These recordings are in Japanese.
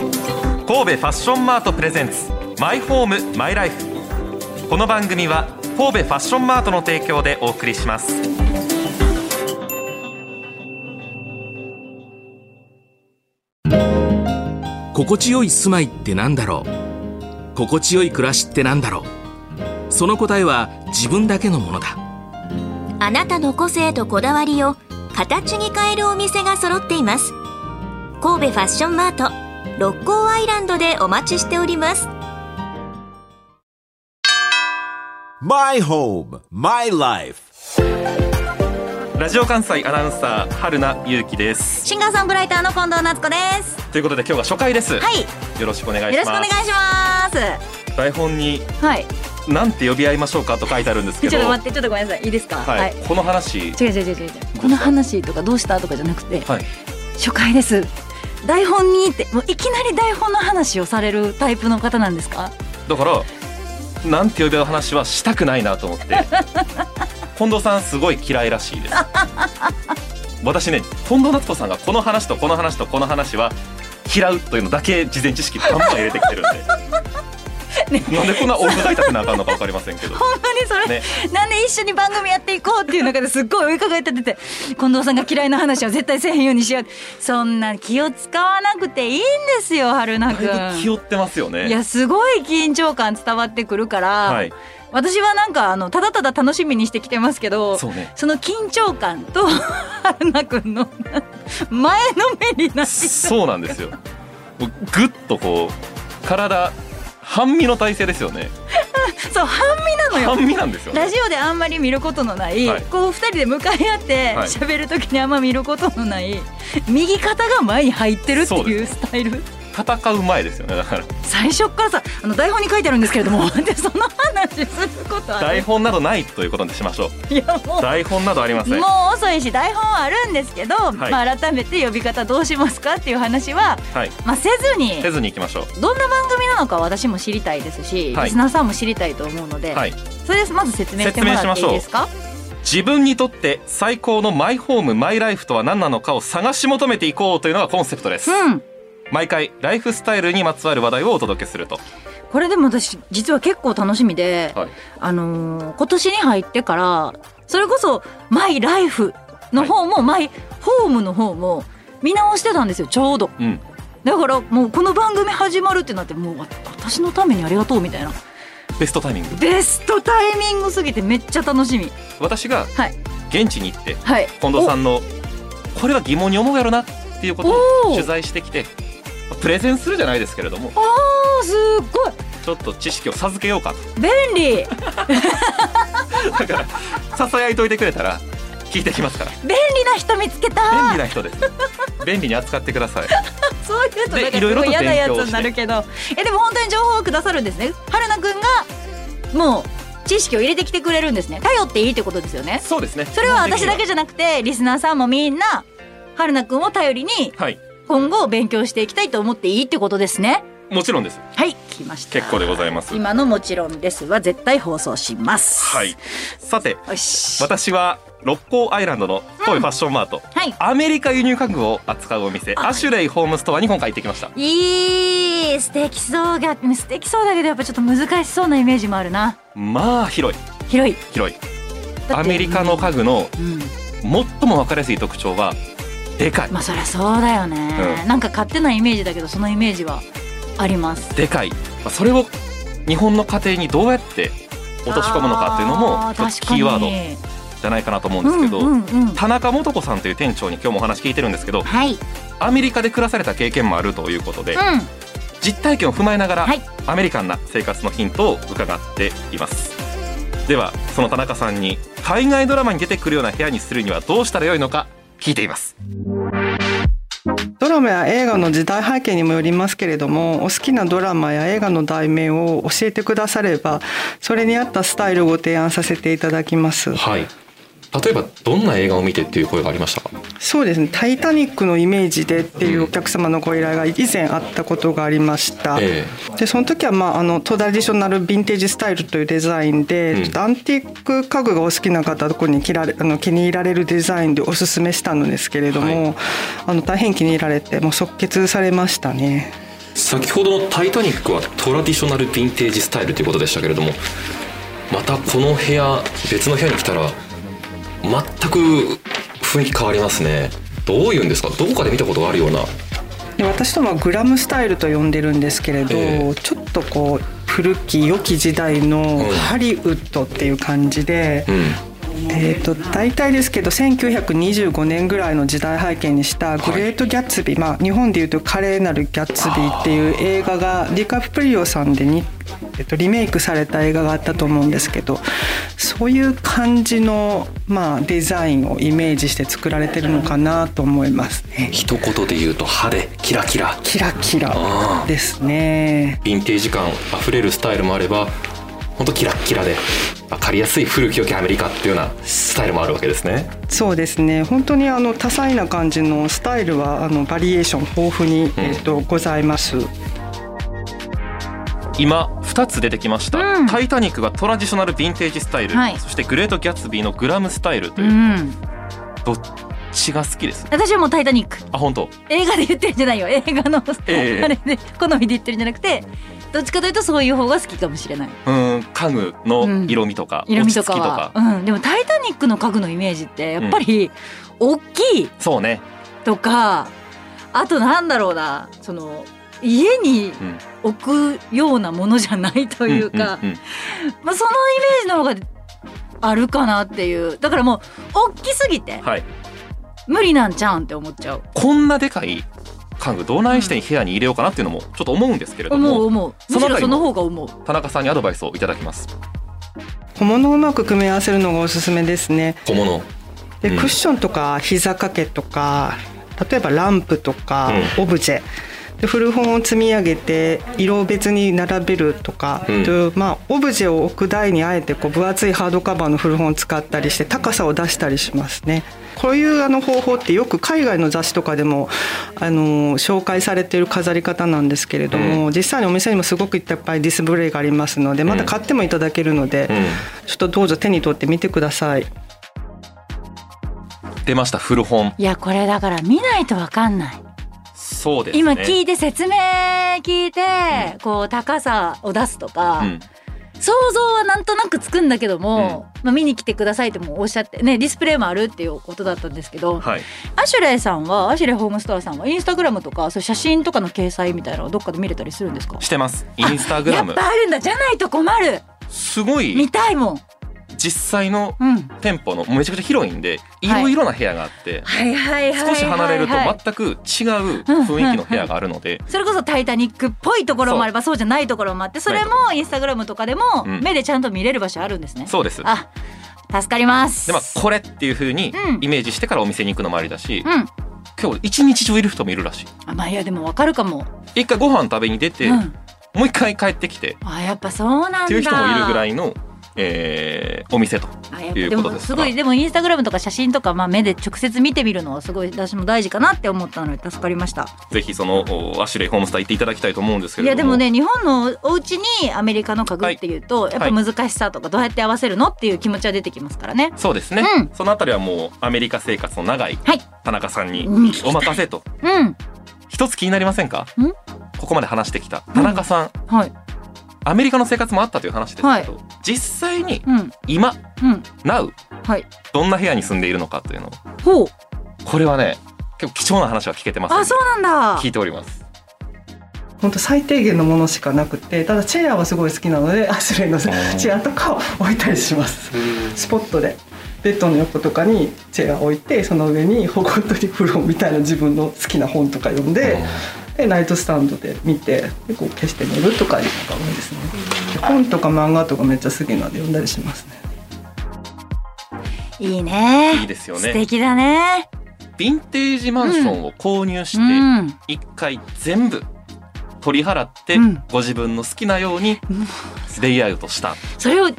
神戸ファッションマートプレゼンツマイホームマイライフこの番組は神戸ファッションマートの提供でお送りします心地よい住まいってなんだろう心地よい暮らしってなんだろうその答えは自分だけのものだあなたの個性とこだわりを形に変えるお店が揃っています神戸ファッションマート六甲アイランドでお待ちしております My home, my life. ラジオ関西アナウンサー春名ゆうきですシンガーソングライターの近藤夏子ですということで今日が初回ですはいよろしくお願いよろししくお願まいすします台本にはいなんて呼び合いましょうかと書いてあるんですけちどょっと待って、ちょっとごめんなさい、いいですか。はい、はい。この話違う違う違う違う違う。この話とかどうしたとかじゃなくて、はい初回です。台本にって、もういきなり台本の話をされるタイプの方なんですか。だからなんて呼び合う話はしたくないなと思って 近藤さんすごい嫌いらしいです私ね近藤夏子さんがこの話とこの話とこの話は嫌うというのだけ事前知識バンバン入れてきてるんで、 なんでこんな音符書いたくなあかんのか分かりませんけど本当にそれ、ねなんで一緒に番組やっていこうっていう中ですっごい追いかけてて、近藤さんが嫌いな話は絶対せえへんようにしよう。そんな気を使わなくていいんですよ、春菜くだいぶ気ん。負ってますよねいや、すごい緊張感伝わってくるから、はい私はなんかあのただただ楽しみにしてきてますけどそうねその緊張感と春菜くんの前のめりなしそうなんですよもうぐっとこう体半身の体勢ですよねそう半身なのよ半身なんですよねラジオであんまり見ることのない、はいこう二人で向かい合ってはい喋、る時にあんま見ることのない右肩が前に入ってるってそういでうスタイル戦う前ですよねだから最初っからさあの台本に書いてあるんですけれ どもでその話することあ台る本などないということにしましょういやもう台本などありませもんう遅いし台本はあるんですけど、いまあ、改めて呼び方どうしますかっていう話は、はいまあ、せずにせずに行きましょどんな番組なのか私も知りたいですし、はいリスナーさんも知りたいと思うので、うはいそれでまず説明してもらっていいですか自分にとって最高のマイホームマイライフとは何なのかを探し求めていこうというのがコンセプトですうん毎回ライフスタイルにまつわる話題をお届けするとこれでも私実は結構楽しみで、はいあのー今年に入ってからそれこそ「マイライフ」の方も「マイホーム」の方も見直してたんですよちょうどうんだからもうこの番組始まるってなってもうわ私のためにありがとうみたいなベストタイミングベストタイミングすぎてめっちゃ楽しみ私がはい現地に行ってはい近藤さんのこれは疑問に思うやろなっていうことおをー取材してきてプレゼンするじゃないですけれどもおーすっごいちょっと知識を授けようかと便利だからささやいといてくれたら聞いてきますから便利な人見つけ便た利な人です便利に扱ってくださいそういうとなんでかいろすいろごとい勉強し嫌てなやつになるけどえでも本当に情報をくださるんですね春菜くんがもう知識を入れてきてくれるんですね頼っていいってことですよねそうですねそれは私だけじゃなくてリスナーさんもみんな春菜くんを頼りにはい今後勉強していきたいと思っていいってことですねもちろんですはい来ました結構でございます今のもちろんですは絶対放送しますはいさてよし私は六甲アイランドの神戸ファッションマート、はいアメリカ輸入家具を扱うお店はいアシュレイホームストアに今回行ってきましたいい素敵そうが素敵そうだけどやっぱちょっと難しそうなイメージもあるなまあ広い広い広いだってアメリカの家具のうん最も分かりやすい特徴はでかいまあそりゃそうだよね、うなんか勝手なイメージだけどそのイメージはありますでかいまあそれを日本の家庭にどうやって落とし込むのかっていうのもあ一つキーワードじ確かゃないかなと思うんですけど、にうんうんうん田中素子さんという店長に今日もお話聞いてるんですけどはい、うん、アメリカで暮らされた経験もあるということで、実体験を踏まえながら、はいアメリカンな生活のヒントを伺っていますではその田中さんに海外ドラマに出てくるような部屋にするにはどうしたらよいのか聞いていますドラマや映画の時代背景にもよりますけれどもお好きなドラマや映画の題名を教えてくださればそれに合ったスタイルをご提案させていただきますはい例えばどんな映画を見てっていう声がありましたかそうですね「タイタニック」のイメージでっていうお客様のご依頼が以前あったことがありました、えでその時は、まあ、あのトラディショナルヴィンテージスタイルというデザインで、うんちょっとアンティーク家具がお好きな方どこに着られあの気に入られるデザインでおすすめしたのですけれども、あの大変気に入られてもう即決されましたね。先ほどの「タイタニック」はトラディショナルヴィンテージスタイルということでしたけれどもまたこの部屋別の部屋に来たら全く雰囲気変わりますねどういうんですかどこかで見たことがあるようなで私どもはグラムスタイルと呼んでるんですけれど、ええちょっとこう古き良き時代のうんハリウッドっていう感じで、うんえー、と大体ですけど1925年ぐらいの時代背景にした「グレート・ギャッツビー」まあ、日本でいうと「華麗なるギャッツビー」っていう映画がディカプリオさんでに、えっとリメイクされた映画があったと思うんですけどそういう感じの、まあ、デザインをイメージして作られてるのかなと思いますね。一言で言うと派手キラキラキラキあラーですね。ヴィンテージ感あふれるスタイルもあれば本当キラッキラで分かりやすい古き良きアメリカっていうようなスタイルもあるわけですねそうですね本当にあの多彩な感じのスタイルはあのバリエーション豊富に、えっとございます。今2つ出てきました、うんタイタニック」がトラディショナルヴィンテージスタイル、はいそして「グレート・ギャッツビー」のグラムスタイルとういう、んどっちが好きです私はもう「タイタニックあ本当」映画で言ってるんじゃないよ映画の、ええあれで好みで言ってるんじゃなくてどっちかというとそういう方が好きかもしれないうーん家具の色味とか、色落味ちと着きとかはか、うん、でも「タイタニック」の家具のイメージってやっぱり大きいそうねとか、あとなんだろうなその家にうん置くようなものじゃないというか、んんんまあ、そのイメージの方があるかなっていうだからもう大きすぎてはい無理なんちゃうんって思っちゃうこんなでかい家具どないして部屋に入れようかなっていうのもちょっと思うんですけれど思うも、思うそのむし中ろにその方が思う田中さんにアドバイスをいただきます小物をうまく組み合わせるのがおすすめですね。小物でうんクッションとか膝掛けとか例えばランプとかオブジェ、で古本を積み上げて色を別に並べるとか、うんというまあ、オブジェを置く台にあえてこう分厚いハードカバーの古本を使ったりして高さを出したりしますね。こういうあの方法ってよく海外の雑誌とかでもあの紹介されている飾り方なんですけれども、実際にお店にもすごくいっぱいディスプレイがありますのでまだ買ってもいただけるので、ちょっとどうぞ手に取ってみてください。出ました古本いやこれだから見ないとわかんない、そうですね今聞いて説明聞いて、こう高さを出すとか、うん想像はなんとなくつくんだけども、まあ、見に来てくださいともおっしゃってねディスプレイもあるっていうことだったんですけど、はいアシュレイさんはアシュレイホームストアさんはインスタグラムとかそういう写真とかの掲載みたいなのはどっかで見れたりするんですかしてますインスタグラムやっぱあるんだじゃないと困るすごい見たいもん実際のうん店舗のめちゃくちゃ広いんでいろいろな部屋があって、はいはいはいはい、は少い、し離れると全く違う雰囲気の部屋があるので、それこそ「タイタニック」っぽいところもあればそうじゃないところもあってそれもインスタグラムとかでもうん目でちゃんと見れる場所あるんですね、そうですあ助かりますでまあこれっていう風にうんイメージしてからお店に行くのもありだし、うん今日一日中いる人もいるらしいあまあいやでもわかるかも、一回ご飯食べに出て、うん、もう一回帰ってきてあやっぱそうなんだっていう人もいるぐらいいの、えーお店とあやっぱいうでこともですすかごいでもインスタグラムとか写真とか、まあ、目で直接見てみるのはすごい私も大事かなって思ったので助かりましたぜひそのおアシュレイホームスター行っていただきたいと思うんですけいれどもやでもね日本のお家にアメリカの家具っていうと、やっぱ難しさとかどうやって合わせるのっていう気持ちは出てきますからねそうですね、うんそのあたりはもうアメリカ生活の長いはい田中さんにうん聞きたいお任せとうん一つ気になりませんかんここまで話してきた田中さん、はいアメリカの生活もあったという話ですけど、実際にうん今うんなうはいどんな部屋に住んでいるのかというのをほうこれはね結構貴重な話は聞けてますあそうなんだ聞いております本当最低限のものしかなくてただチェアはすごい好きなのでアシュレイのチェアとかを置いたりしますスポットでベッドの横とかにチェア置いてその上に保護トリプロみたいな自分の好きな本とか読んででナイトスタンドで見てでこう消して寝るとかいうのが多いですねで本とか漫画とかめっちゃ好きなので読んだりしますねいいねいいですよね素敵だねヴィンテージマンションを購入しうてん一回全部取り払ってうんご自分の好きなようにレイアウトしたそれを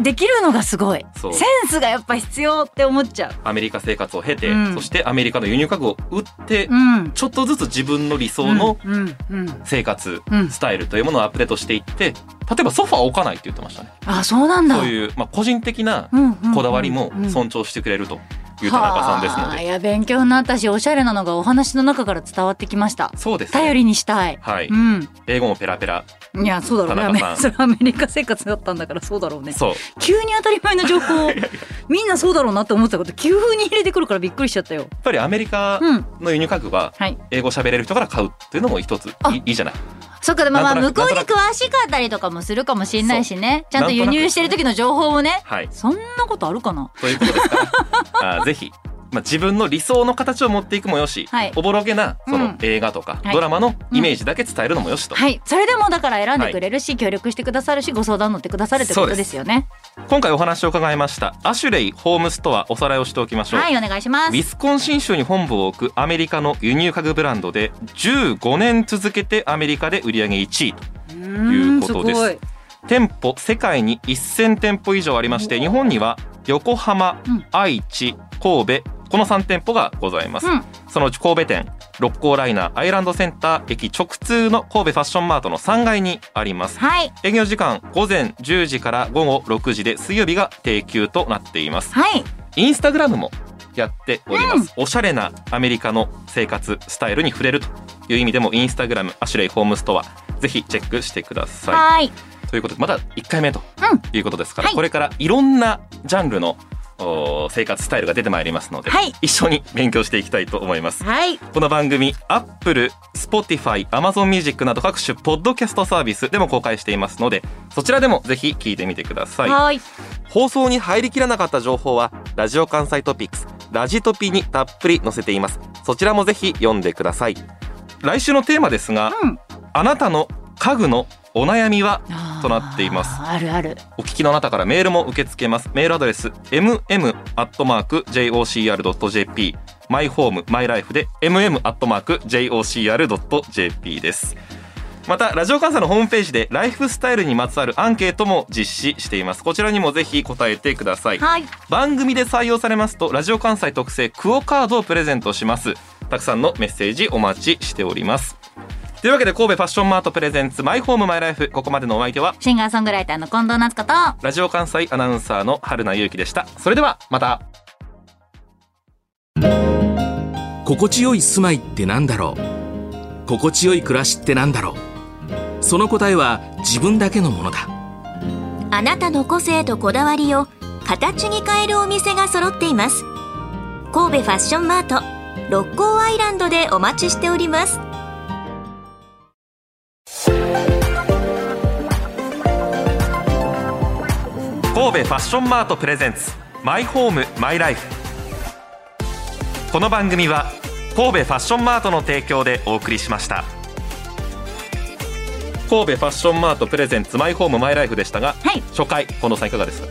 できるのがすごいそうセンスがやっぱ必要って思っちゃうアメリカ生活を経て、うんそしてアメリカの輸入家具を売って、うんちょっとずつ自分の理想のうんうん生活、うんスタイルというものをアップデートしていって例えばソファーを置かないって言ってましたねあそうなんだそういう、まあ、個人的なうんうんうんこだわりもうん尊重してくれると、いう田中さんですのはあいでや勉強になったしおしゃれなのがお話の中から伝わってきましたそうですね頼りにしたい、はいうん英語もペラペラいやそうだろうね田中さアメん それはアメリカ生活だったんだからそうだろうねそう急に当たり前の情報をみんなそうだろうなって思ってたこと急に入れてくるからびっくりしちゃったよやっぱりアメリカうんの輸入家具ははい英語喋れる人から買うっていうのも一ついあいいいじゃないそっかでもまあなん向とこなくうに詳しかったりとかもするかもしれないしねちゃんと輸なんとな入くしてる時の情報をねはいそんなことあるかなということですから あーぜひ、まあ、自分の理想の形を持っていくもよし、はいおぼろげなそうのん映画とか、はいドラマのイメージだけ伝えるのもよしと、はいそれでもだから選んでくれるし、協力してくださるしご相談乗ってくださるってこそうとでですすよね今回お話を伺いましたアシュレイホームストアおさらいをしておきましょう、はいお願いしまウィすスコンシン州に本部を置くアメリカの輸入家具ブランドで15年続けてアメリカで売り上げ1位とということです店舗世界に1000店舗以上ありまして日本には横浜、うん愛知神戸この3店舗がございます、うんそのうち神戸店六甲ライナーアイランドセンター駅直通の神戸ファッションマートの3階にありますはい営業時間午前10時から午後6時で水曜日が定休となっていますはいインスタグラムもやっております、おしゃれなアメリカの生活スタイルに触れるという意味でもインスタグラムアシュレイホームストアぜひチェックしてくださはいいということでまだ1回目とうんいうことですから、はいこれからいろんなジャンルのお生活スタイルが出てまいりますので、はい一緒に勉強していきたいと思いますはいこの番組 Apple、Spotify、Amazon Music など各種ポッドキャストサービスでも公開していますのでそちらでもぜひ聞いてみてくださいはい放送に入りきらなかった情報はラジオ関西トピックスラジトピにたっぷり載せていますそちらもぜひ読んでください来週のテーマですが、うんあなたの家具のお悩みはとなっていますあーあるあるお聞きのあなたからメールも受け付けますメールアドレス mm.jocr.jp マイホームマイライフで mm.jocr.jp ですまたラジオ関西のホームページでライフスタイルにまつわるアンケートも実施していますこちらにもぜひ答えてくださいはい番組で採用されますとラジオ関西特製クオカードをプレゼントしますたくさんのメッセージお待ちしておりますというわけで神戸ファッションマートプレゼンツマイホームマイライフここまでのお相手はシンガーソングライターの近藤夏子とラジオ関西アナウンサーの春名ゆうきでしたそれではまた心地よい住まいってなんだろう心地よい暮らしってなんだろうその答えは自分だけのものだあなたの個性とこだわりを形に変えるお店が揃っています神戸ファッションマート六甲アイランドでお待ちしております神戸ファッションマートプレゼンツマイホームマイライフこの番組は神戸ファッションマートの提供でお送りしました神戸ファッションマートプレゼンツマイホームマイライフでしたが、はい初回近藤さんいかがですか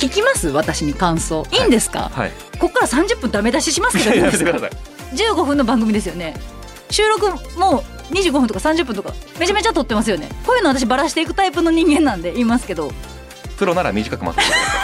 聞きます私に感想いいんですか、はいここから30分ダメ出ししますけどいいや めでてすくかださい15分の番組ですよね収録もう25分とか30分とかめちゃめちゃ撮ってますよねこういうの私バラしていくタイプの人間なんで言いますけどプロなら短く待ってくださ